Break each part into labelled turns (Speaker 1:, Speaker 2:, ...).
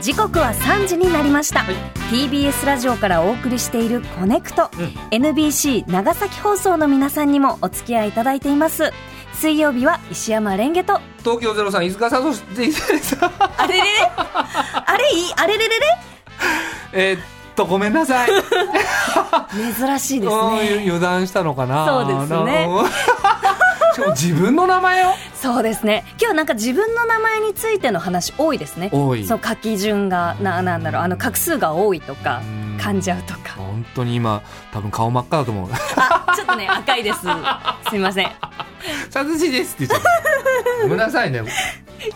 Speaker 1: 時刻は3時になりました、TBS ラジオからお送りしている「コネクト」NBC 長崎放送の皆さんにもお付き合いいただいています水曜日は石山レンゲと
Speaker 2: 東京ゼロさん、飯塚さん、そして、
Speaker 1: あれれれあれいいあれれれ
Speaker 2: えーっと、ごめんなさい。
Speaker 1: れ珍しいです
Speaker 2: うん
Speaker 1: ね
Speaker 2: 油断したのかな。
Speaker 1: そうですね
Speaker 2: なんか。しかも自分の名前を。
Speaker 1: そうですね今日なんか自分の名前についての話多いですね
Speaker 2: 多い
Speaker 1: その書き順がななんだろうあの画数が多いとか
Speaker 2: うん
Speaker 1: 噛んじゃうと か
Speaker 2: 本当に今、多分顔真っ赤だと思う。
Speaker 1: あちょっとね赤いですすいません
Speaker 2: 殺人ですって言っちゃった。ごめんなさいね。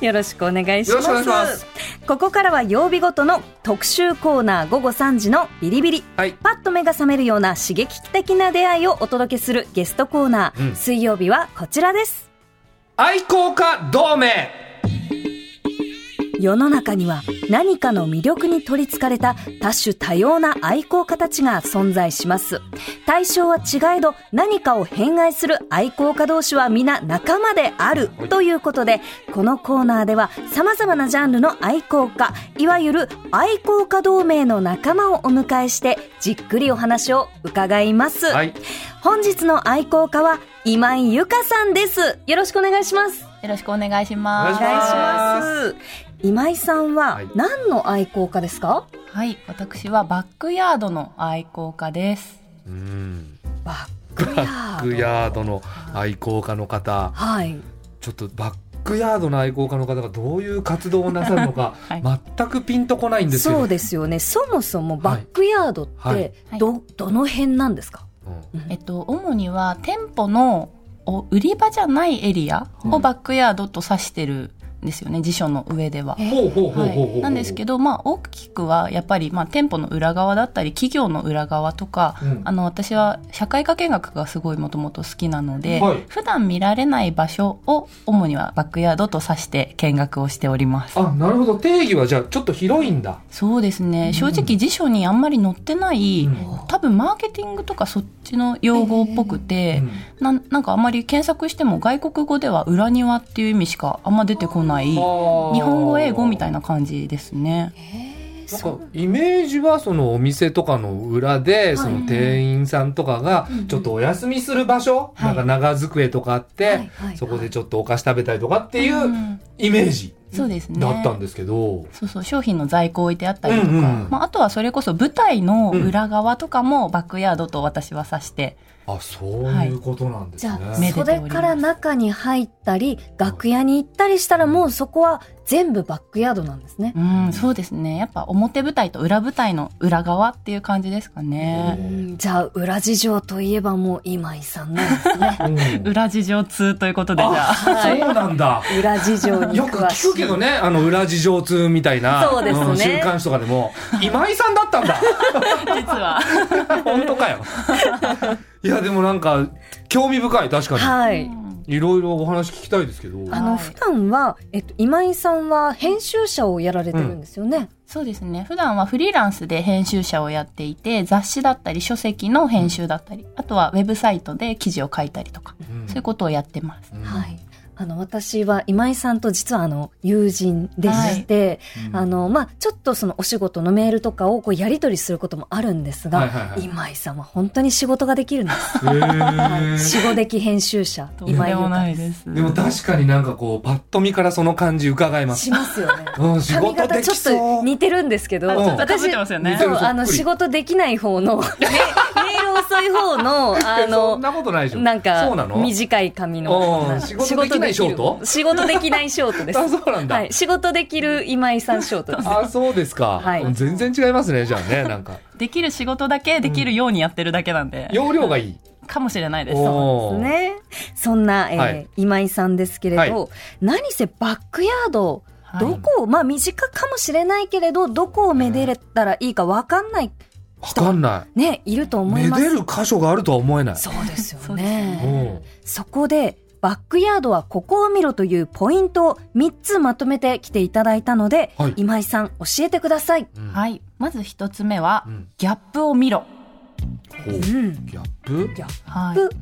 Speaker 1: よろしくお願いします。
Speaker 2: よろしくお願いします
Speaker 1: ここからは曜日ごとの特集コーナー午後3時のビリビリ。
Speaker 2: はい。
Speaker 1: パッと目が覚めるような刺激的な出会いをお届けするゲストコーナー。
Speaker 2: うん
Speaker 1: 水曜日はこちらです。
Speaker 2: 愛好家同盟。
Speaker 1: 世の中には何かの魅力に取りつかれた多種多様な愛好家たちが存在します。対象は違えど何かを偏愛する愛好家同士は皆仲間である
Speaker 2: はい
Speaker 1: ということで、このコーナーでは様々なジャンルの愛好家、いわゆる愛好家同盟の仲間をお迎えしてじっくりお話を伺います。
Speaker 2: はい。
Speaker 1: 本日の愛好家は今井ゆかさんです。よろしくお願いします。
Speaker 3: よろしくお願いしま
Speaker 1: お
Speaker 3: す。
Speaker 2: お願
Speaker 1: 願
Speaker 2: い
Speaker 1: い
Speaker 2: し
Speaker 1: しま
Speaker 2: ま
Speaker 1: す。今井さんは
Speaker 2: はい
Speaker 1: 何の愛好家ですか、
Speaker 3: はい、私はバックヤードの愛好家です。
Speaker 2: うん。
Speaker 1: バックヤ
Speaker 2: バ
Speaker 1: ード。
Speaker 2: ックヤードの愛好家の方。
Speaker 1: はい。
Speaker 2: ちょっとバックヤードの愛好家の方がどういう活動をなさる のか、
Speaker 3: はい
Speaker 2: 全くピンとこないんですけど。
Speaker 1: そうですよね。そもそもバックヤードって、
Speaker 2: はい
Speaker 3: はい
Speaker 1: ど、どの辺なんですか、
Speaker 2: うん
Speaker 3: えっと、主には店舗のお売り場じゃないエリアをバックヤードと指してるんですよね、辞書の上では。
Speaker 2: ほうほうほうほ
Speaker 3: は
Speaker 2: うほうほう。
Speaker 3: い、なんですけど、まあ、大きくはやっぱり、まあ、店舗の裏側だったり企業の裏側とか、
Speaker 2: うん
Speaker 3: あの私は社会科見学がすごいもともと好きなので、
Speaker 2: はい
Speaker 3: 普段見られない場所を主にはバックヤードと指して見学をしております。
Speaker 2: あ、なるほど。定義はじゃあちょっと広いんだ。
Speaker 3: そうですね、正直辞書にあんまり載ってない、
Speaker 2: うん
Speaker 3: 多分マーケティングとかそっちの用語っぽくて、なんなんかあんまり検索しても外国語では裏庭っていう意味しかあんま出てこない日本
Speaker 2: 本
Speaker 3: 語英語みたい
Speaker 2: な。
Speaker 3: な感じですね。
Speaker 2: なんかイメージはそのお店とかの裏で、その店員さんとかがちょっとお休みする場所、
Speaker 3: はい
Speaker 2: なんか長机とかあって、
Speaker 1: いはい
Speaker 2: そこでちょっとお菓子食べたりとかっていううんイメージ
Speaker 3: そうですね。
Speaker 2: だったんですけど、
Speaker 3: そうそう、商品の在庫置いてあったりとか、
Speaker 2: うんうん
Speaker 3: まあ、あとはそれこそ舞台の裏側とかもバックヤードと私は指して、
Speaker 2: あ、そういうことなんです
Speaker 1: じ
Speaker 2: ね。。
Speaker 1: ゃあ、
Speaker 3: めでており
Speaker 1: 袖
Speaker 3: ます
Speaker 1: から中に入ったり、楽屋に行ったりしたらもうそこは全部バックヤードなんですね。
Speaker 3: うん、そうですね。やっぱ表舞台と裏舞台の裏側っていう感じですかね。
Speaker 1: うんじゃあ、裏事情といえばもう今井さんなんですね
Speaker 2: うん
Speaker 3: 裏事情通ということで、じゃ
Speaker 2: あ、
Speaker 3: あ。
Speaker 1: はい
Speaker 2: そうなんだ。
Speaker 1: 裏事情に詳しい。
Speaker 2: よく聞くけどね、あの、裏事情通みたいな、
Speaker 1: そうですね
Speaker 2: ん週刊誌とかでも、今井さんだった んだ
Speaker 3: 実は。
Speaker 2: 本当かよ。いや、でもなんか、興味深い、確か
Speaker 1: はい。
Speaker 2: に。いろいろお話聞きたいですけど。
Speaker 1: あの、
Speaker 3: はい
Speaker 1: 普段は、えっと、今井さんは編集者をやられてるんですよね。
Speaker 3: そうですね。普段はフリーランスで編集者をやっていて、雑誌だったり書籍の編集だったり、あとはウェブサイトで記事を書いたりとか、
Speaker 2: うん
Speaker 3: そういうことをやってます。
Speaker 2: うん
Speaker 1: はい。あの、私は今井さんと実はあの、友人でして、
Speaker 2: うん
Speaker 1: あの、まあ、ちょっとそのお仕事のメールとかをこうやり取りすることもあるんですが、
Speaker 2: はいはいはい
Speaker 1: 今井さんは本当に仕事ができるん です。
Speaker 2: へー
Speaker 1: 死後的編集者、今井優香です。
Speaker 3: す。
Speaker 2: でも確かになんかこう、パッと見からその感じ伺います。
Speaker 1: しますよね。
Speaker 2: うん、仕
Speaker 1: 髪
Speaker 2: 事
Speaker 1: 型
Speaker 2: で
Speaker 1: ちょ
Speaker 2: き
Speaker 1: っ
Speaker 2: そ
Speaker 1: と
Speaker 2: う。
Speaker 1: 似てるんですけど、
Speaker 2: あちょっと
Speaker 3: 被ってますよね
Speaker 1: そう
Speaker 2: 似てる
Speaker 1: あの、
Speaker 2: そっくり
Speaker 1: 仕事できない方の、メ メール遅い方の、あ
Speaker 2: そ
Speaker 1: の
Speaker 2: ん、なことないでしょ。
Speaker 1: なん
Speaker 2: そうな
Speaker 1: か
Speaker 2: の、
Speaker 1: 短い髪の
Speaker 2: うん。仕事できないショート
Speaker 1: 仕事できないショートです。
Speaker 2: あ、 そうなんだ。
Speaker 1: はい。仕事できる今井さんショート です。
Speaker 2: あ、そうですか。
Speaker 1: はい
Speaker 2: 全然違いますね、じゃあね、なんか。
Speaker 3: できる仕事だけできるようにやってるだけなんで、
Speaker 2: 容量がいい。
Speaker 3: かもしれないです。
Speaker 2: おー
Speaker 1: ね。そんな、えー
Speaker 2: はい
Speaker 1: 今井さんですけれど、
Speaker 2: はい
Speaker 1: 何せバックヤード、
Speaker 3: はい
Speaker 1: どこを、まあ短かもしれないけれど、どこをめでれたらいいかわかんない、
Speaker 2: わかんない。
Speaker 1: ね、いると思い
Speaker 2: め
Speaker 1: ま。
Speaker 2: でする箇所があるとは思えない。
Speaker 1: そうですよ
Speaker 3: そうです
Speaker 1: ね。
Speaker 3: ね
Speaker 2: うん
Speaker 1: そこで、バックヤードはここを見ろというポイントを3つまとめてきていただいたので、
Speaker 2: はい
Speaker 1: 今井さん教えてください。
Speaker 2: うん
Speaker 3: はい。まず一つ目は、
Speaker 2: うん
Speaker 3: ギャップを見ろ。
Speaker 2: ほう
Speaker 1: うん。
Speaker 2: ギャップ
Speaker 1: ギャッ
Speaker 3: はい
Speaker 1: プ
Speaker 2: うん
Speaker 3: ギ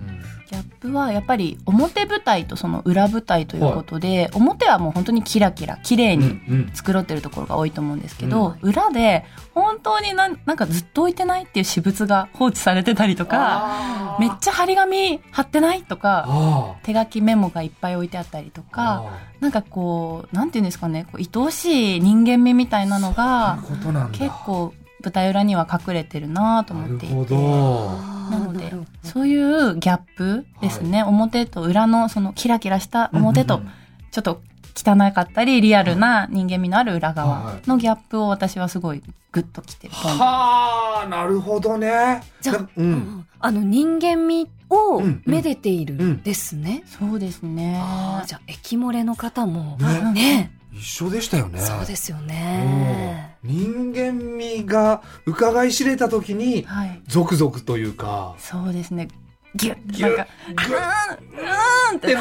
Speaker 3: ャッップはやっぱり表舞台とその裏舞台ということで、表はもう本当にキラキラ綺麗
Speaker 2: うんう
Speaker 3: に
Speaker 2: ん
Speaker 3: 繕ってるところが多いと思うんですけど、裏で本当になんなんかずっと置いてないっていう私物が放置されてたりとか
Speaker 2: あー
Speaker 3: めっちゃ張り紙貼ってないとか
Speaker 2: あ
Speaker 3: 手書きメモがいっぱい置いてあったりと
Speaker 2: ー
Speaker 3: かなんかこうなんていうんですかねこう愛おしい人間味みたいなの
Speaker 2: あー
Speaker 3: が
Speaker 2: そういうことなんだ
Speaker 3: 結構舞台裏には隠れてるなと思ってい
Speaker 2: な
Speaker 3: て。
Speaker 2: るほ
Speaker 3: な
Speaker 1: な
Speaker 3: ので、そういうギャップですね、表と裏のそのキラキラした
Speaker 2: ど
Speaker 3: 表
Speaker 2: う
Speaker 3: と
Speaker 2: んうん
Speaker 3: ちょっと汚かったりリアルな人間味のある裏側のギャップを私はすごいグッときてると思う
Speaker 2: はあなるほどね
Speaker 1: じゃあ
Speaker 2: なう
Speaker 1: うんんあの人間味を
Speaker 2: うん
Speaker 1: めでている
Speaker 2: うん
Speaker 1: んですね。
Speaker 3: そうですね
Speaker 1: ああ、じゃあ、液漏れの方も、
Speaker 2: ね
Speaker 1: ね、
Speaker 2: 一緒でしたよね
Speaker 1: そうですよね。
Speaker 2: うん人間味が伺い知れた時に
Speaker 3: はい
Speaker 2: ゾクゾクというか
Speaker 3: そうですねギュッ
Speaker 2: ギュ
Speaker 3: な
Speaker 2: ッ
Speaker 3: んかう
Speaker 2: グッ
Speaker 3: ーんうーんって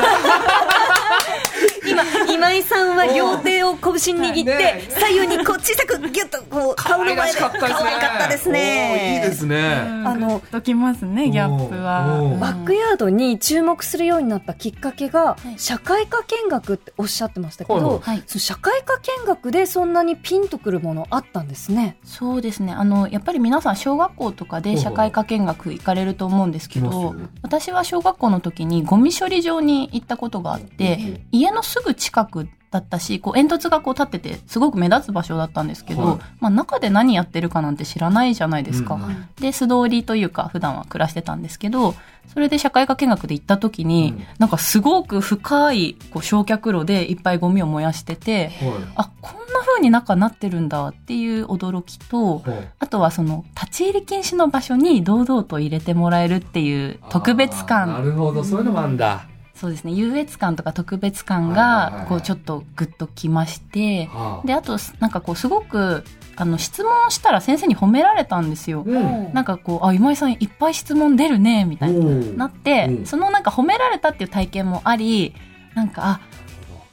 Speaker 1: 今、今井さんは両手を拳握っ
Speaker 2: ね
Speaker 1: て、左右にこう小さくギュッとこう、顔の前で、可愛かったですね。
Speaker 2: おーいいですね
Speaker 1: あ
Speaker 3: あ
Speaker 1: の
Speaker 3: のときますねギャップは
Speaker 2: おーおー
Speaker 1: バックヤードに注目するようになったきっかけが、
Speaker 3: はい
Speaker 1: 社会科見学っておっしゃってましたけど、
Speaker 2: はいはい
Speaker 3: はい
Speaker 1: その社会科見学でそんなにピンとくるものあったんですね。
Speaker 3: そうですねあのやっぱり皆さん小学校とかで社会科見学行かれると思うんですけ
Speaker 2: 来ますよ
Speaker 3: ど私は小学校の時にゴミ処理場に行ったことがあって家のすぐ近くだったしこう煙突がこう立っててすごく目立つ場所だったんですけど、
Speaker 2: はい
Speaker 3: まあ、中で何やってるかなんて知らないじゃないですか。
Speaker 2: うんうん
Speaker 3: で素通りというか普段は暮らしてたんですけどそれで社会科見学で行った時に、
Speaker 2: うん
Speaker 3: なんかすごく深いこう焼却炉でいっぱいゴミを燃やしてて。
Speaker 2: は
Speaker 3: あこんな風に中なってるんだっていう驚きと
Speaker 2: いはい
Speaker 3: あとはその立ち入り禁止の場所に堂々と入れてもらえるっていう特別
Speaker 2: あーな
Speaker 3: 感
Speaker 2: るほどそういうのもあんだ
Speaker 3: そうですね優越感とか特別感
Speaker 2: はいはいはいは
Speaker 3: が
Speaker 2: い
Speaker 3: こうちょっとグッときまして
Speaker 2: はあ
Speaker 3: であとなんかこうすごくあの質問したら先生に褒められたんですよ。
Speaker 2: うん
Speaker 3: なんかこう「あ今井さんいっぱい質問出るね」みたいなな
Speaker 2: な
Speaker 3: って、
Speaker 2: うん
Speaker 3: そのなんか褒められたっていう体験もありなんかあ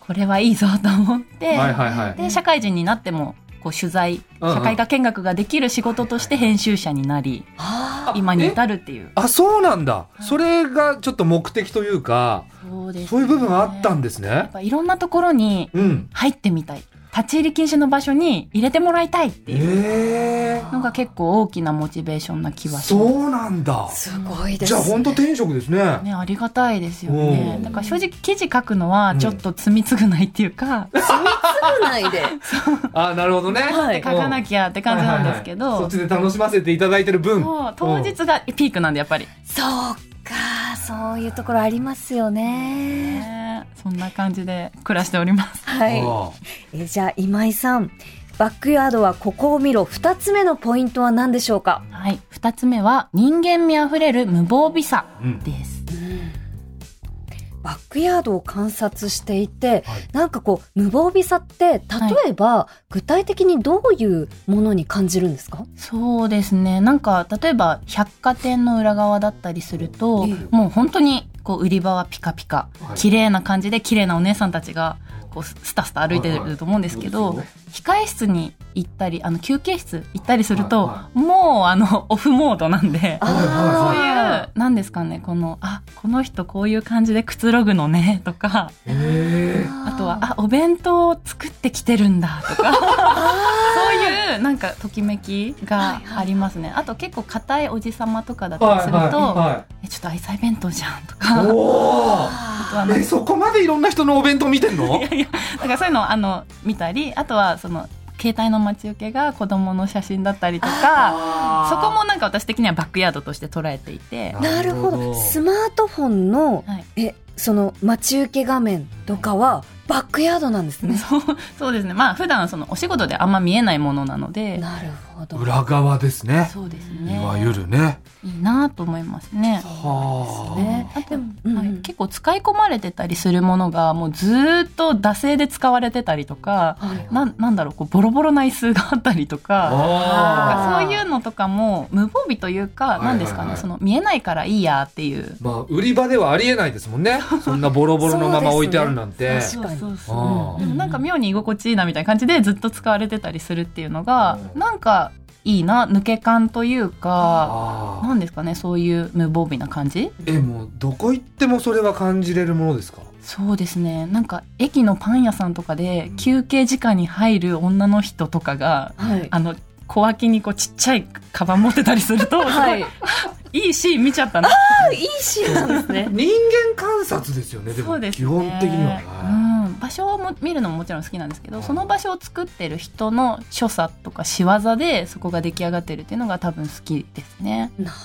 Speaker 3: これはいいぞと思って、
Speaker 2: はいはいはい
Speaker 3: で社会人になってもこう取材
Speaker 2: うんうん
Speaker 3: 社会科見学ができる仕事として編集者になり
Speaker 1: あ
Speaker 3: 今に至るっていう
Speaker 2: あそうなんだ
Speaker 3: い
Speaker 2: それがちょっと目的というか
Speaker 3: そうですね
Speaker 2: そういう部分あったん
Speaker 3: や
Speaker 2: です
Speaker 3: っ
Speaker 2: ね
Speaker 3: ぱいろんなところに
Speaker 2: うん
Speaker 3: 入ってみたい立ち入り禁止の場所に入れてもらいたいっていう
Speaker 2: ええ
Speaker 3: のが結構大きなモチベーションな気はします
Speaker 2: そうなんだ
Speaker 1: あすごいで
Speaker 2: じ
Speaker 1: す、
Speaker 2: ゃあ
Speaker 1: ね。
Speaker 2: 本当転職ですね
Speaker 3: ね、ありがたいですよね
Speaker 2: うん
Speaker 3: だから正直記事書くのはちょっと積み償いっていうか、
Speaker 1: 当ないで。
Speaker 2: あなるほどね
Speaker 1: はい
Speaker 3: 書かなきゃって感じなんですけど、
Speaker 2: はいはいはいそっちで楽しませていただいてる分
Speaker 3: そう当日がピークなんでやっぱり、
Speaker 1: そうか、そういうところありますよね。
Speaker 3: ねそんな感じで暮らしております
Speaker 1: はい。えじゃあ今井さん、バックヤードはここを見ろ。二つ目のポイントは何でしょうか。
Speaker 3: はい2つ目は人間味あふれる無防備さ
Speaker 2: うん
Speaker 3: です、
Speaker 1: バックヤードを観察していて、
Speaker 2: はい
Speaker 1: なんかこう無防備さって例えば、具体的にどういうものに感じるんですか？
Speaker 3: そうですねなんか例えば百貨店の裏側だったりすると、
Speaker 1: え
Speaker 3: もう本当にこう売り場はピカピカ、
Speaker 2: はい
Speaker 3: 綺麗な感じで綺麗なお姉さんたちがこうスタスタ歩いてると思うんですけど、
Speaker 2: はいはい
Speaker 3: 控え室に行ったりあの休憩室行ったりすると、
Speaker 2: は
Speaker 3: もうあの オフモードなんで。そう
Speaker 2: はい
Speaker 3: いう、なんですかね、この、あ、この人こういう感じでくつろぐのね、とか、
Speaker 2: ええ
Speaker 3: あとは、あ、お弁当を作ってきてるんだ、とか、そういう、なんか、ときめきがありますね。あと、結構、硬いおじさまとかだったりすると、 え、ちょっと愛妻弁当じゃん、とか、あ
Speaker 2: おお
Speaker 3: とはなんか
Speaker 2: えそこまでいろんな人のお弁当見てんの
Speaker 3: いやいやだからそういうのをあの見たりあとはその携帯の待ち受けが子供の写真だったりとかそこもなんか私的にはバックヤードとして捉えていて
Speaker 2: あ
Speaker 1: なるほ
Speaker 2: なるほ
Speaker 1: ど。
Speaker 2: ど
Speaker 1: スマートフォンの、
Speaker 3: はい
Speaker 1: え、その待ち受け画面とかはバックヤードなんですね。
Speaker 3: そうそうですねまあ普段そのお仕事であんま見えないものなので
Speaker 1: なるほど。
Speaker 2: 裏側ですね
Speaker 3: そうです
Speaker 2: い
Speaker 3: ね
Speaker 2: わゆるね
Speaker 3: いいなと思いますね。
Speaker 2: はあ
Speaker 1: ね
Speaker 3: あと
Speaker 1: でもうん
Speaker 3: はい結構使い込まれてたりするものがもうずーっと惰性で使われてたりとか
Speaker 1: はい
Speaker 3: なんなんだろうこうボロボロな椅子があったりとか
Speaker 2: あ
Speaker 1: あ
Speaker 2: あ
Speaker 1: ー
Speaker 3: そういうのとかも無防備というか、
Speaker 2: い
Speaker 3: なんですか
Speaker 2: はいは
Speaker 3: ね、
Speaker 2: い
Speaker 3: その見えないからいいやっていう。
Speaker 2: まあ売り場ではありえないですもんねそんなボロボロのまま置いてあるなんて
Speaker 1: そうですね確かに
Speaker 3: そう
Speaker 2: あー
Speaker 3: でもなんか妙に居心地いいなみたいな感じでずっと使われてたりするっていうのが、なんかいいな抜け感というか
Speaker 2: ああ
Speaker 3: なんですかねそういう無防備な感じ
Speaker 2: えもうどこ行ってもそれは感じれるものですか
Speaker 3: そうですねなんか駅のパン屋さんとかで休憩時間に入る女の人とかが
Speaker 1: はい。
Speaker 3: あの小脇にこうちっちゃいカバン持ってたりすると、
Speaker 1: はい。
Speaker 3: い、
Speaker 1: い
Speaker 3: いいシーン見ちゃったない
Speaker 1: シーンなんですね。
Speaker 2: 人間観察ですよねで
Speaker 3: そ
Speaker 2: も
Speaker 3: うです、
Speaker 2: 基
Speaker 3: ね、
Speaker 2: 本的には、は
Speaker 3: うん、場所をも見るのももちろん好きなんですけどその場所を作ってる人の所作とか仕業でそこが出来上がってるっていうのが多分好きですね
Speaker 1: なる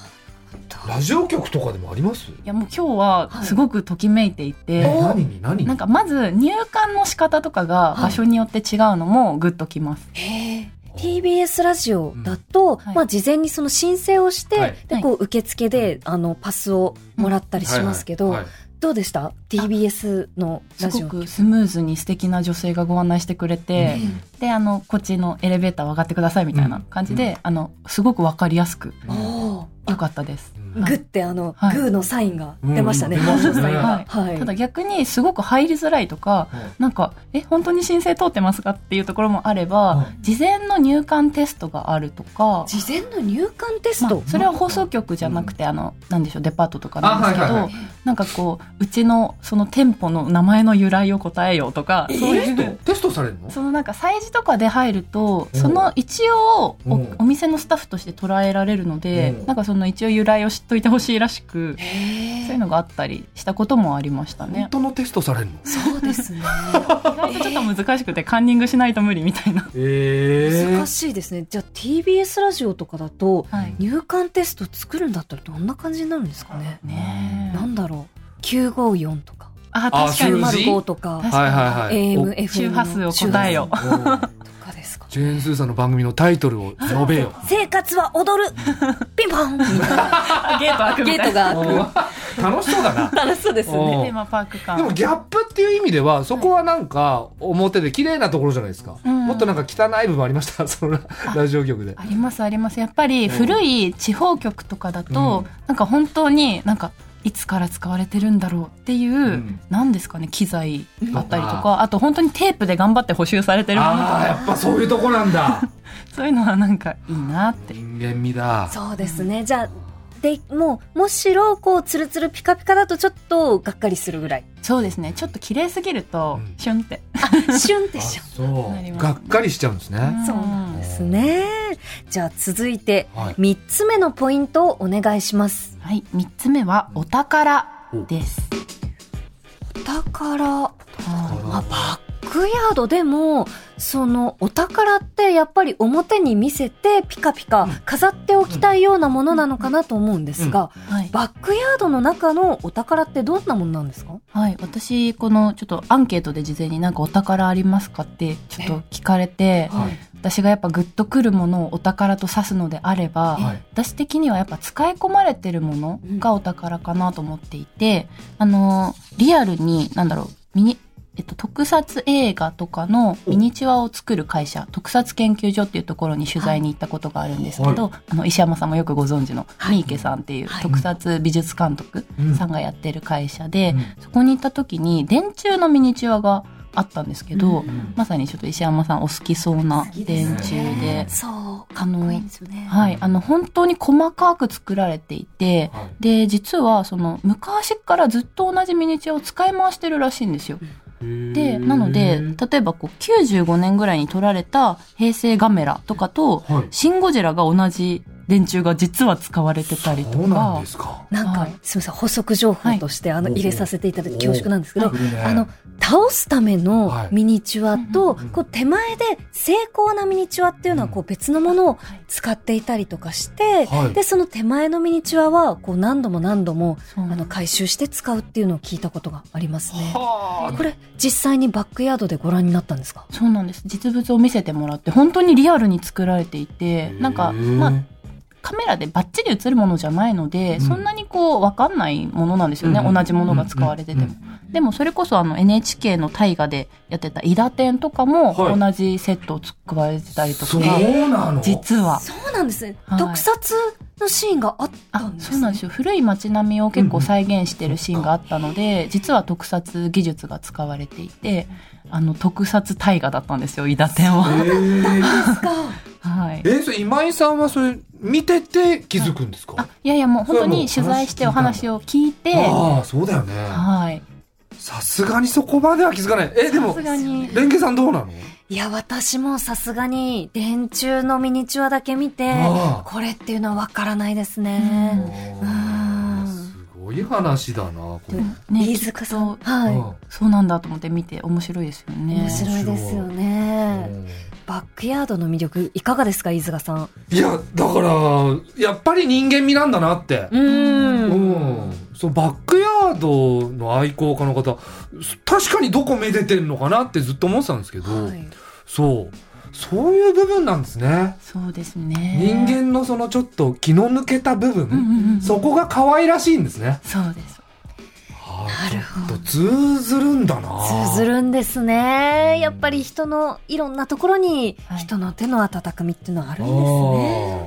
Speaker 2: いラジオ局とかでもあります
Speaker 3: いやもう今日はすごくときめいていて、
Speaker 2: え何に何に
Speaker 3: なんかまず入館の仕方とかが
Speaker 1: はい
Speaker 3: 場所によって違うのもグッときます、
Speaker 1: へえ TBS ラジオだと、
Speaker 3: はい
Speaker 1: まあ、事前にその申請をして、
Speaker 2: はい
Speaker 1: でこう受付で、あのパスをもらったりしますけど、
Speaker 2: はいはい
Speaker 1: どうでした TBS のラジ
Speaker 3: す
Speaker 1: オ
Speaker 3: ごくスムーズに素敵な女性がご案内してくれて、
Speaker 1: え
Speaker 3: であのこっちのエレベーターを上がってくださいみたいな感じで、
Speaker 2: うん
Speaker 3: あのすごくわかりやすく
Speaker 2: うん
Speaker 1: おー
Speaker 3: 良かったです
Speaker 2: うん
Speaker 1: グッてあの、
Speaker 3: はい
Speaker 1: グーのサインが出ましたね。
Speaker 2: うん出ましたね
Speaker 1: はいはい
Speaker 3: ただ逆にすごく入りづらいとか
Speaker 2: はい
Speaker 3: なんかえ本当に申請通ってますかっていうところもあれば
Speaker 2: はい
Speaker 3: 事前の入管テストがあるとか、
Speaker 1: 事前の入館テス
Speaker 3: ま
Speaker 1: ト、
Speaker 3: あ、それは放送局じゃなくて、あのなんでしょうデパートとかなんですけど、
Speaker 2: あはいはい
Speaker 3: なんかこううちのその店舗の名前の由来を答えようとか、そうい
Speaker 2: テスト
Speaker 3: う
Speaker 2: テストされるの
Speaker 3: そのなんか催事とかで入ると
Speaker 2: うん
Speaker 3: その一応
Speaker 2: う
Speaker 3: お,、
Speaker 2: ん
Speaker 3: お店のスタッフとして捉えられるので、
Speaker 2: うん
Speaker 3: なんかその一応由来を知っといてほしいらしく、
Speaker 1: へ
Speaker 3: そうい
Speaker 1: え
Speaker 3: うのがあったりしたこともありました
Speaker 2: 本
Speaker 3: ね。
Speaker 2: 当のテストされるの
Speaker 1: そうですね。
Speaker 3: 意外とちょっと難しくてカンニングしないと無理みたいな。
Speaker 2: え
Speaker 1: 難しいですね。じゃあ TBS ラジオとかだと
Speaker 3: はい
Speaker 1: 入館テスト作るんだったらどんな感じになるんですかね。
Speaker 3: ねえ
Speaker 1: なんだろう954とか
Speaker 3: あ
Speaker 2: あ
Speaker 3: 確かに
Speaker 2: 数字
Speaker 1: 905とか
Speaker 3: 確
Speaker 2: はいはいはい
Speaker 1: AM FM
Speaker 2: お
Speaker 1: の
Speaker 3: 周波数を答えよ
Speaker 2: おー
Speaker 1: 周波数とかですか。
Speaker 2: ジェーン・スーさんの番組のタイトルを述べよ
Speaker 1: 生活は踊るピンポンみたいな
Speaker 3: あゲート開くみ
Speaker 1: ゲ
Speaker 3: た
Speaker 1: ート
Speaker 3: いな。
Speaker 1: が開
Speaker 2: おー楽しそうだな
Speaker 1: く楽しそうですね。
Speaker 2: おー
Speaker 3: テーマパーク感。
Speaker 2: でもギャップっていう意味ではそこはなんか表で綺麗なところじゃないですか、
Speaker 3: うん
Speaker 2: もっとなんか汚い部分ありました そのララジオ局で
Speaker 3: ありますありますやっぱり古い地方局とかだと、
Speaker 2: うん
Speaker 3: なんか本当になんかいつから使われてるんだろうっていう、
Speaker 2: ん
Speaker 3: なんですかね機材
Speaker 1: うん
Speaker 3: あったりとかあと本当にテープで頑張って補修されてるものと
Speaker 2: ああ
Speaker 3: か
Speaker 2: やっぱそういうとこなん だ
Speaker 3: そういうのはなんかいいなって
Speaker 2: 人間味だ
Speaker 1: そうですね。じゃあでもうむしろこうツルツルピカピカだとちょっとがっかりする ぐらい。
Speaker 3: そうですねちょっと綺麗すぎると、
Speaker 2: うん
Speaker 3: シュンって
Speaker 1: シュンって
Speaker 2: あ
Speaker 1: しちゃう。
Speaker 2: そ
Speaker 3: なり
Speaker 2: う
Speaker 3: ます
Speaker 2: がっかりしちゃうんですね、
Speaker 1: そうなんですね。じゃあ続いて
Speaker 2: はい
Speaker 1: 三つ目のポイントをお願いします。
Speaker 3: はい3つ目はお宝です
Speaker 1: 宝。
Speaker 3: はい
Speaker 1: あバックヤードでもそのお宝ってやっぱり表に見せてピカピカ飾っておきたいようなものなのかなと思うんですが、
Speaker 3: はい
Speaker 1: バックヤードの中のお宝ってどんなものなんですか
Speaker 3: はい、私このちょっとアンケートで事前になんかお宝ありますかってちょっと聞かれて
Speaker 2: はい
Speaker 3: 私がやっぱグッとくるものをお宝と指すのであれば、
Speaker 2: はい
Speaker 3: 私的にはやっぱ使い込まれてるものがお宝かなと思っていて、あのリアルになんだろうミニえっと、特撮映画とかのミニチュアを作る会社特撮研究所っていうところに取材に行ったことがあるんですけど、あの石山さんもよくご存知の三池さんっていう
Speaker 1: はい
Speaker 3: 特撮美術監督
Speaker 2: うん
Speaker 3: さんがやってる会社で、
Speaker 2: うん
Speaker 3: そこに行った時に電柱のミニチュアがあったんですけど、
Speaker 1: うん
Speaker 2: うん
Speaker 3: まさにちょっと石山さんお好きそうな電柱
Speaker 2: 好き
Speaker 3: で
Speaker 2: で。
Speaker 1: そうかっこいいんですよね。
Speaker 3: はい、あの本当に細かく作られていて
Speaker 2: はい
Speaker 3: で実はその昔からずっと同じミニチュアを使い回してるらしいんですよ。
Speaker 2: へ
Speaker 3: で
Speaker 2: ー
Speaker 3: なので例えばこう95年ぐらいに撮られた平成ガメラとかと
Speaker 2: はい
Speaker 3: シン・ゴジラが同じ電柱が実は使われてたりと
Speaker 2: そうなん
Speaker 3: か
Speaker 2: ですか
Speaker 1: なんか、
Speaker 3: はい
Speaker 1: すみません、補足情報として、あの、
Speaker 2: おうおう
Speaker 1: 入れさせていただいて恐縮なんですけど、
Speaker 2: 来るね
Speaker 1: あの、倒すための
Speaker 2: はい
Speaker 1: ミニチュアと、
Speaker 2: うんうん
Speaker 1: こう、手前で成功なミニチュアっていうのは、こう、別のものを
Speaker 3: はい
Speaker 1: 使っていたりとかして、
Speaker 2: はい
Speaker 1: で、その手前のミニチュアは、こう、何度も何度も、
Speaker 3: そう
Speaker 1: あの、回収して使うっていうのを聞いたことがありますね。
Speaker 2: は
Speaker 1: これ、実際にバックヤードでご覧になったんですか
Speaker 3: そうなんです実物を見せてもらって本当にリアルに作られていて
Speaker 2: あ
Speaker 3: なんか
Speaker 2: へー
Speaker 3: まあカメラでバッチリ映るものじゃないので、
Speaker 2: うん
Speaker 3: そんなにこう分かんないものなんですよね、
Speaker 2: うん
Speaker 3: 同じものが使われてて
Speaker 2: う
Speaker 3: も、
Speaker 2: ん
Speaker 3: でもそれこそあの NHK の大河でやってた「伊田天」とかも
Speaker 2: はい
Speaker 3: 同じセットを使われてたりとか、
Speaker 2: そうなの
Speaker 3: 実は
Speaker 1: そうなんですね。
Speaker 3: はい
Speaker 1: 特撮のシーンがあった
Speaker 3: あ
Speaker 1: んです、ね、
Speaker 3: そうなんですよ古い街並みを結構再現してるシーンがあったので、実は特撮技術が使われていてあの特撮大河だったんですよ伊達天は。
Speaker 1: ですか。
Speaker 3: はい
Speaker 2: え、それ今井さんはそれ見てて気づくんですか、
Speaker 3: あいやいやもう本当に取材してお話を聞いて
Speaker 2: ああ、そうだよね。
Speaker 3: はい
Speaker 2: さすがにそこまでは気づかない。え、で
Speaker 3: さ
Speaker 2: も
Speaker 3: す、がに
Speaker 2: レンゲさんどうなの
Speaker 1: いや、私もさすがに電柱のミニチュアだけ見て
Speaker 2: ああ、
Speaker 1: これっていうのはわからないですね。
Speaker 2: あーすごい話だな、これ。
Speaker 3: ね
Speaker 1: 飯塚さん。
Speaker 3: きっ
Speaker 1: は
Speaker 2: う
Speaker 1: い。
Speaker 2: ん
Speaker 3: とそうなんだと思って見て面白いですよね
Speaker 1: 面。白いですよ
Speaker 2: う
Speaker 1: ね。
Speaker 2: ん
Speaker 1: バックヤードの魅力、いかがですか、飯塚さん。
Speaker 2: いや、だから、やっぱり人間味なんだなって。
Speaker 1: うん
Speaker 2: うん。そう、バックヤードの愛好家の方、確かにどこめでてんのかなってずっと思ってたんですけど、
Speaker 1: はい
Speaker 2: そう。そういう部分なんですね。
Speaker 3: そうですね。
Speaker 2: 人間のそのちょっと気の抜けた部分、
Speaker 3: うんうんうん
Speaker 2: そこが可愛らしいんですね。
Speaker 3: そうです。
Speaker 2: な
Speaker 1: る
Speaker 2: ほど。通ずるんだな。
Speaker 1: 通ず
Speaker 2: る。
Speaker 1: るんですね。やっぱり人のいろんなところに
Speaker 3: はい
Speaker 1: 人の手の温かみっていうのはあるん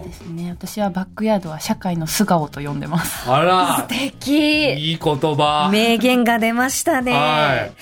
Speaker 1: ですね。
Speaker 3: ですね。私はバックヤードは社会の素顔と呼んでます。
Speaker 2: あら
Speaker 1: 素、敵
Speaker 2: いい言葉。
Speaker 1: 名言が出ました
Speaker 2: はい
Speaker 1: ね。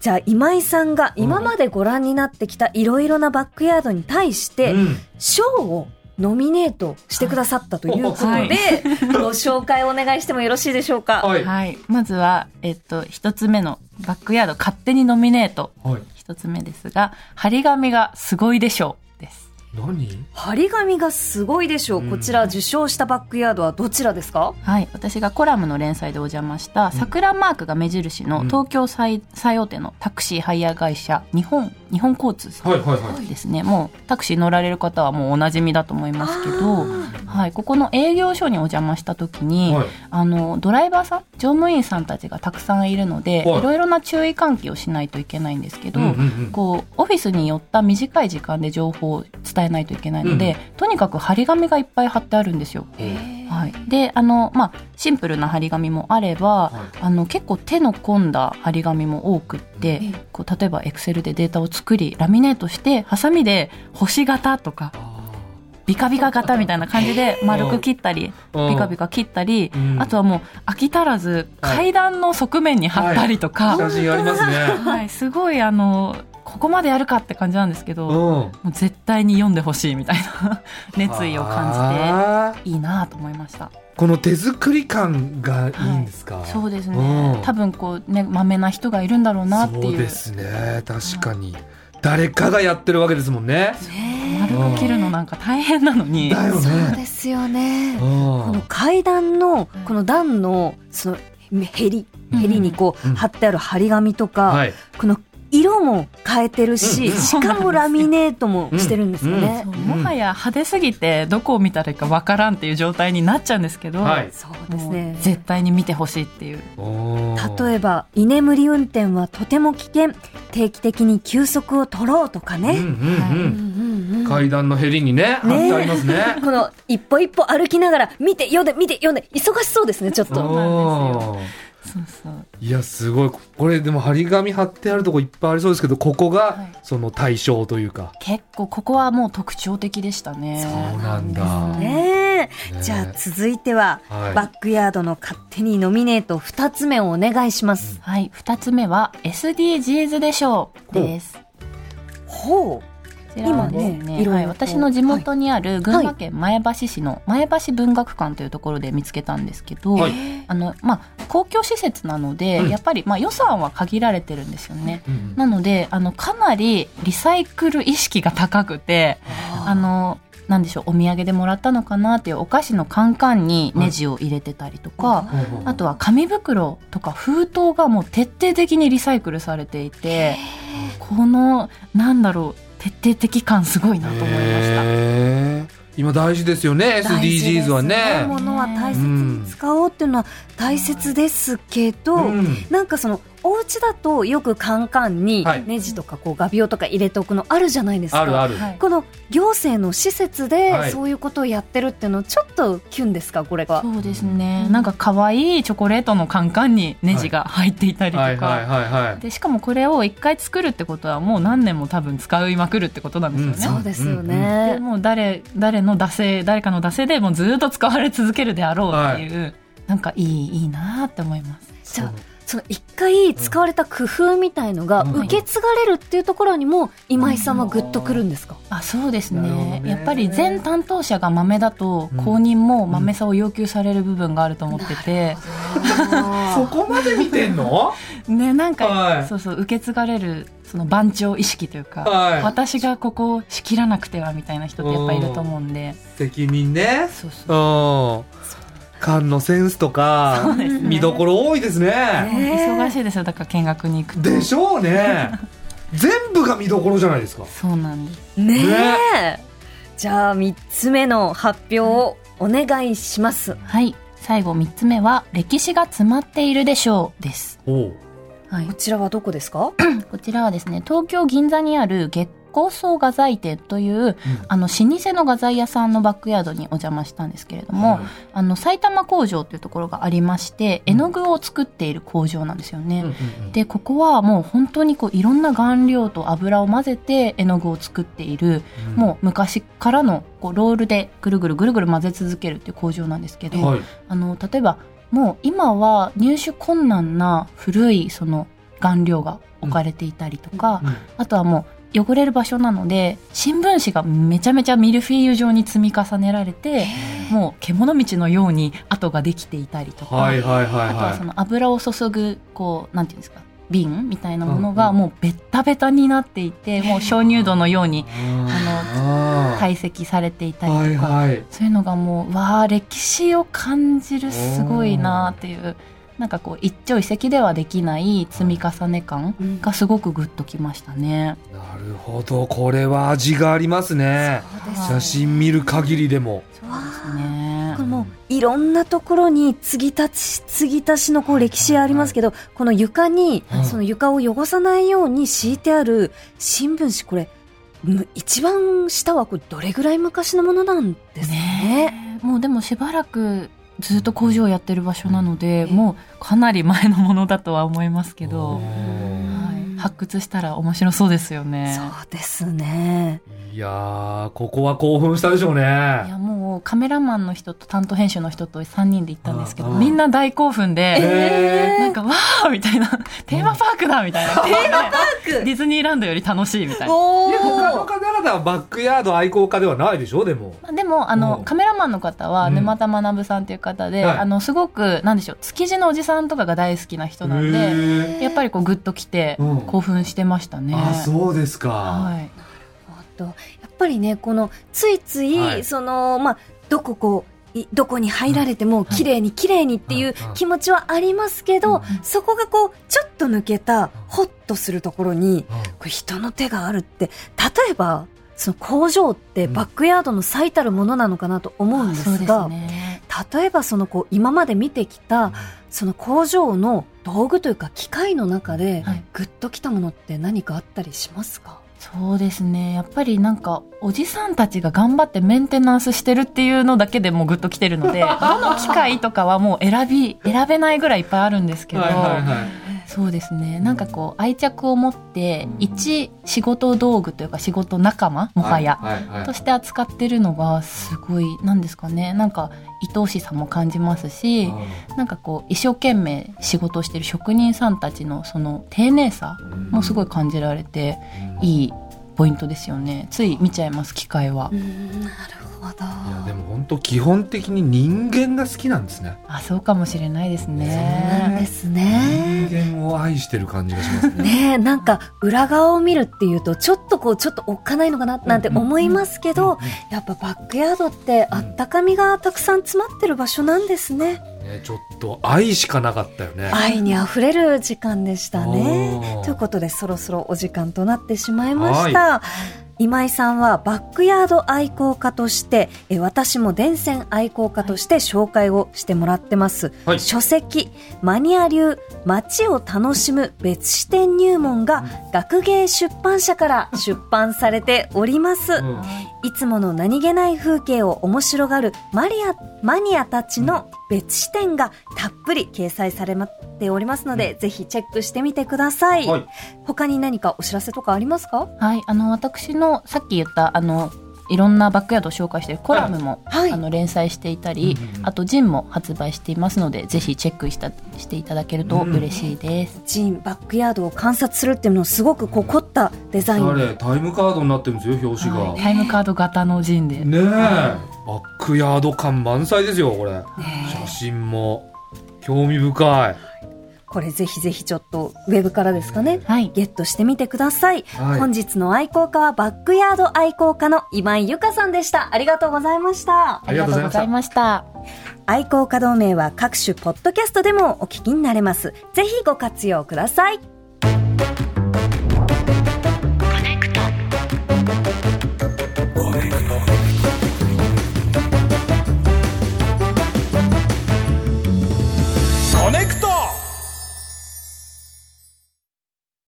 Speaker 1: じゃあ今井さんが今までご覧になってきたいろいろなバックヤードに対して
Speaker 2: うん、
Speaker 1: 賞をノミネートしてくださったということで、
Speaker 3: はい
Speaker 1: ご紹介お願いしてもよろしいでしょうか。
Speaker 2: はい。はい。
Speaker 3: はい。まずは、えっと、一つ目のバックヤード勝手にノミネート。一つ目ですが、張り紙がすごいでしょう。です。
Speaker 2: 何
Speaker 1: 張り紙がすごいでしょう。
Speaker 2: うん
Speaker 1: こちら受賞したバックヤードはどちらですか
Speaker 3: はい。私がコラムの連載でお邪魔した、桜マークが目印の
Speaker 2: うん
Speaker 3: 東京最最大手のタクシーハイヤー会社、日本、日本交通さん
Speaker 2: はいはいはい。
Speaker 3: ですね。もう、タクシー乗られる方はもうおなじみだと思いますけど、はい。ここの営業所にお邪魔した時に、
Speaker 2: はい。
Speaker 3: あのドライバーさん乗務員さんたちがたくさんいるので、
Speaker 2: はい
Speaker 3: い、ろいろな注意喚起をしないといけないんですけど、
Speaker 2: うんうんうん
Speaker 3: こうオフィスに寄った短い時間で情報を伝えないといけないので、とにかく張り紙がいっぱい貼ってあるんですよ。はい、であの、まあ、シンプルな張り紙もあれば、
Speaker 2: は
Speaker 3: あの結構手の込んだ張り紙も多くって、
Speaker 1: うん
Speaker 3: こう例えばエクセルでデータを作りラミネートしてハサミで星型とか
Speaker 2: あ
Speaker 3: ビカビカ型みたいな感じで丸く切ったり
Speaker 2: ー
Speaker 3: ビカビカ切ったり、
Speaker 2: うん
Speaker 3: あとはもう飽き足らず
Speaker 2: はい
Speaker 3: 階段の側面に貼ったりとか、は
Speaker 2: 写真あります
Speaker 3: い
Speaker 2: ね。
Speaker 3: すごいあのここまでやるかって感じなんですけど、
Speaker 2: う
Speaker 3: も
Speaker 2: ん。
Speaker 3: う絶対に読んでほしいみたいな 熱意を
Speaker 2: 感
Speaker 3: 感
Speaker 2: じて。
Speaker 3: じていいなと思いました
Speaker 2: この手作り感がいいんですか。
Speaker 3: そうです
Speaker 2: う
Speaker 3: ね
Speaker 2: ん
Speaker 3: 多分こうねまめな人がいるんだろうなって
Speaker 2: そう
Speaker 3: い
Speaker 2: で
Speaker 3: う
Speaker 2: すね確かに、誰かがやってるわけですもんね
Speaker 1: ね
Speaker 3: 丸く切るのなんか大変なのに
Speaker 2: だよ
Speaker 1: そう
Speaker 2: ね
Speaker 1: ですよね。この
Speaker 2: う
Speaker 1: 階段のこの段のそのへり
Speaker 3: うん
Speaker 1: へりにこう
Speaker 2: うん
Speaker 1: 貼ってある張り紙と
Speaker 2: ん
Speaker 1: か、
Speaker 2: はい
Speaker 1: この色も変えてるし、
Speaker 2: うんうん
Speaker 1: しかもラミネートもしてるんですよね
Speaker 3: そう。もはや派手すぎてどこを見たらいいかわからんっていう状態になっちゃうんですけど、
Speaker 2: はい
Speaker 1: そうです
Speaker 3: もう
Speaker 1: ね。
Speaker 3: 絶対に見てほしいっていう
Speaker 2: 例
Speaker 1: 例
Speaker 2: え
Speaker 1: えば、居眠り運転はとても危険。定期的に休息を取ろうとか
Speaker 2: ばうん
Speaker 1: ね。
Speaker 2: う
Speaker 1: う
Speaker 2: んう
Speaker 1: んんうんうん
Speaker 2: 階段のへりにね貼ってありますね
Speaker 1: この一歩一歩歩きながら、見て、読んで、見て、読んで、忙しそうですね、ちょっと。
Speaker 2: う
Speaker 3: なんそうそう
Speaker 2: いやすごいこれでも張り紙貼ってあるとこいっぱいありそうですけどここ
Speaker 3: は
Speaker 2: が
Speaker 3: い
Speaker 2: その対象というか
Speaker 3: 結構ここはもう特徴的でしたね
Speaker 2: そうなんだ
Speaker 1: ねえ。
Speaker 2: ね
Speaker 1: じゃあ続いては、
Speaker 2: はい
Speaker 1: バックヤードの勝手にノミネート2つ目をお願いします。
Speaker 3: はい2つ目は SDGs でしょうです
Speaker 1: ほ
Speaker 3: こちらはです
Speaker 1: 今ねいろいろ
Speaker 3: はい、私の地元にある群馬県前橋市の前橋文学館というところで見つけたんですけど、
Speaker 2: はい
Speaker 3: あのまあ、公共施設なので、
Speaker 2: うん
Speaker 3: やっぱり、まあ、予算は限られてるんですよね。
Speaker 2: うんうん
Speaker 3: なのであのかなりリサイクル意識が高くてあのなんでしょうお土産でもらったのかなっていうお菓子のカンカンにネジを入れてたりとか、あとは紙袋とか封筒がもう徹底的にリサイクルされていてこのなんだろう徹底的感すごいなと思いました。
Speaker 2: へー今大事ですよね SDGs は
Speaker 1: 大事です
Speaker 2: ね
Speaker 1: ね物は大切に使おうっていうのは大切ですけど、
Speaker 2: うん
Speaker 1: なんかそのお家だとよくカンカンに
Speaker 2: はい
Speaker 1: ネジとかこう画鋲とか入れておくのあるじゃないですか。
Speaker 2: あるある
Speaker 3: はい
Speaker 1: この行政の施設
Speaker 2: は
Speaker 1: で
Speaker 2: い
Speaker 1: そういうことをやってるっていうのちょっとキュンですかこれが。
Speaker 3: そうですねなんか可愛いチョコレートのカンカンにネジが入っていたりとか、
Speaker 2: はいはいはいはい
Speaker 3: でしかもこれを一回作るってことはもう何年も多分使いまくるってことなんですよね。
Speaker 1: そうですよ
Speaker 3: で
Speaker 1: ね。
Speaker 3: もう誰誰の惰性誰かの惰性でもうずっと使われ続けるであろうっていう、なんかいいいいなって思います。
Speaker 1: じゃあその一回使われた工夫みたいのが
Speaker 2: うん
Speaker 1: 受け継がれるっていうところにも今井さんはグッとくるんですか、
Speaker 3: あそうです
Speaker 2: なるほど
Speaker 3: ね
Speaker 2: ね
Speaker 3: やっぱり全担当者が豆だと公認も豆さを要求される部分があると思ってて、
Speaker 2: そこまで見てんの
Speaker 3: ねなんか、
Speaker 2: はい
Speaker 3: そうそう受け継がれるその番長意識というか、
Speaker 2: はい
Speaker 3: 私がここを仕切らなくてはみたいな人ってやっぱいると思うんで
Speaker 2: 責任ね
Speaker 3: そうそう
Speaker 2: うん缶のセンスとか
Speaker 3: ですね
Speaker 2: 見どころ多いですね
Speaker 1: ね
Speaker 3: 忙しいですよだから見学に行くと
Speaker 2: でしょう ね全部が見どころじゃないですか
Speaker 3: そうなんです
Speaker 1: ねえ、
Speaker 2: ね
Speaker 1: じゃあ3つ目の発表をお願いします
Speaker 3: はい最後3つ目は「歴史が詰まっているでしょう」です、
Speaker 2: おう
Speaker 3: はい
Speaker 1: こ、ちらはどこですか
Speaker 3: こちらはですね東京銀座にある月光荘画材店というあの老舗の画材屋さんのバックヤードにお邪魔したんですけれども、あの埼玉工場というところがありまして
Speaker 2: うん
Speaker 3: 絵の具を作っている工場なんですよ
Speaker 2: う
Speaker 3: ね、
Speaker 2: んうんうん
Speaker 3: でここはもう本当にこういろんな顔料と油を混ぜて絵の具を作っている、もう昔からのこうロールでぐるぐるぐるぐる混ぜ続けるっていう工場なんですけど、
Speaker 2: はい
Speaker 3: あの例えばもう今は入手困難な古いその顔料が置かれていたりとか、
Speaker 2: うん
Speaker 3: あとはもう汚れる場所なので新聞紙がめちゃめちゃミルフィーユ状に積み重ねられてもう獣道のように跡ができていたりとか、
Speaker 2: はいはいはい
Speaker 3: あとはそ
Speaker 2: は
Speaker 3: の油を注ぐこうなんていうんですか瓶みたいなもの
Speaker 2: う
Speaker 3: が
Speaker 2: んうん
Speaker 3: もうベッタベタになっていて、もう鍾乳洞のように
Speaker 2: いうんあ
Speaker 3: 堆積されていた
Speaker 2: ー
Speaker 3: りとか、
Speaker 2: はいはい
Speaker 3: そういうのがもうわあ歴史を感じるすごいなっていうなんかこう一朝一夕ではできない積み重ね感がすごくグッときましたね。
Speaker 2: なるほどこれは味がありますね
Speaker 3: す
Speaker 2: 写真見る限りでも
Speaker 3: そうですね
Speaker 1: これもういろんなところに継ぎ足し継ぎ足しのこう歴史ありますけど、この床に、
Speaker 2: うん
Speaker 1: その床を汚さないように敷いてある新聞紙これむ一番下はこれどれぐらい昔のものなんですかね
Speaker 3: ねもうでもしばらくずっと工場をやってる場所なので、
Speaker 1: うん
Speaker 3: もうかなり前のものだとは思いますけ
Speaker 2: う
Speaker 3: ど、
Speaker 2: ん
Speaker 3: はい、発掘したら面白そうですよね
Speaker 1: そ。うですね
Speaker 2: いやーここは興奮したでしょう
Speaker 3: い
Speaker 2: ね
Speaker 3: やもうカメラマンの人と担当編集の人と3人で行ったんですけど、
Speaker 2: うん
Speaker 3: みんな大興奮で、
Speaker 2: え
Speaker 3: なんか、わーみたいな、テーマパークだみたいな。テーマパークディズニーランドより楽しいみたいな。
Speaker 1: お
Speaker 2: いや他の
Speaker 1: ー
Speaker 2: 方々はバックヤード愛好家ではないでしょうでも
Speaker 3: まあでも、あ
Speaker 2: う
Speaker 3: の
Speaker 2: ん、
Speaker 3: カメラマンの方は、
Speaker 2: うん
Speaker 3: 沼田学さんという方で、
Speaker 2: はい
Speaker 3: あの、すごく、なんでしょう、築地のおじさんとかが大好きな人なんで、
Speaker 2: へー
Speaker 3: やっぱりこう、ぐっと来て
Speaker 2: うん、
Speaker 3: 興奮してましたね。
Speaker 2: あそうですか、
Speaker 3: はい。
Speaker 1: やっぱりねこのついつい、
Speaker 2: はい
Speaker 1: そのまあどここういどこに入られても綺麗に綺麗にっていう
Speaker 2: うんうん
Speaker 1: 気持ちはありますけど、
Speaker 2: うん
Speaker 1: そこがこうちょっと抜けたホッとするところに
Speaker 2: うん
Speaker 1: これ人の手があるって例えばその工場って
Speaker 2: うん
Speaker 1: バックヤードの最たるものなのかなと思うんで
Speaker 3: そう
Speaker 1: す
Speaker 3: で
Speaker 1: が、
Speaker 3: すね。
Speaker 1: 例えばそのこう今まで見てきたその工場の道具というか機械の中で
Speaker 3: はい
Speaker 1: グッときたものって何かあったりしますか、
Speaker 3: そうですね。やっぱりなんか、おじさんたちが頑張ってメンテナンスしてるっていうのだけでもうグッと来て るので、どの機械とかはもう選び、選べないぐらいいっぱいあるんですけど、
Speaker 2: はいはいはい
Speaker 3: そうですねなんかこう愛着を持って一仕事道具というか仕事仲間もはや、
Speaker 2: いいはい
Speaker 3: として扱ってるのがすごいなんですかねなんか愛おしさも感じますしなんかこう一生懸命仕事をしてる職人さんたちのその丁寧さ
Speaker 2: うん
Speaker 3: もすごい感じられていいポイントですよねつい見ちゃいます機会は
Speaker 1: うーんなるほど
Speaker 2: いやでも本当基本的に人間が好きなんですね
Speaker 3: あそうかもしれないです
Speaker 1: そうなんで
Speaker 3: ね
Speaker 1: すね
Speaker 2: 人間を愛してる感じがしますね
Speaker 1: ねえなんか裏側を見るっていうとちょっとこうちょっとおっかないのかななんて思いますけど、やっぱバックヤードってあったかみがたくさん詰まってる場所なんですね。
Speaker 2: ねちょっと愛しかなかったよね
Speaker 1: 愛に溢れる時間でしたね
Speaker 2: お。ー
Speaker 1: ということでそろそろお時間となってしまいました。今井さんはバックヤード愛好家として、え私も伝染愛好家として紹介をしてもらってます。
Speaker 2: はい
Speaker 1: 書籍、マニア流、街を楽しむ別視点入門が学芸出版社から出版されております。
Speaker 2: うん
Speaker 1: いつもの何気ない風景を面白がるマリア、マニアたちの別視点がたっぷり掲載されまっておりますので、ぜひチェックしてみてください。
Speaker 2: はい
Speaker 1: 他に何かお知らせとかありますか
Speaker 3: はいあの私のさっき言ったあのいろんなバックヤードを紹介しているコラムも、
Speaker 1: はい
Speaker 3: あの連載していたり、
Speaker 2: うんうん
Speaker 3: あとジンも発売していますのでぜひチェックしたしていただけると嬉しいです、
Speaker 1: ジンバックヤードを観察するっていうのすごくこう凝ったデザイン
Speaker 2: れタイムカードになってるんですよ表紙が、
Speaker 3: はいタイムカード型のジンで、
Speaker 2: ねえバックヤード感満載ですよこれ写真も興味深い
Speaker 1: これぜひぜひちょっとウェブからですかね
Speaker 3: はい
Speaker 1: ゲットしてみてください、
Speaker 2: はい
Speaker 1: 本日の愛好家はバックヤード愛好家の今井由香さんでしたありがとうございました
Speaker 2: ありがとうございました
Speaker 3: ありがした
Speaker 1: 愛好家同盟は各種ポッドキャストでもお聞きになれますぜひご活用ください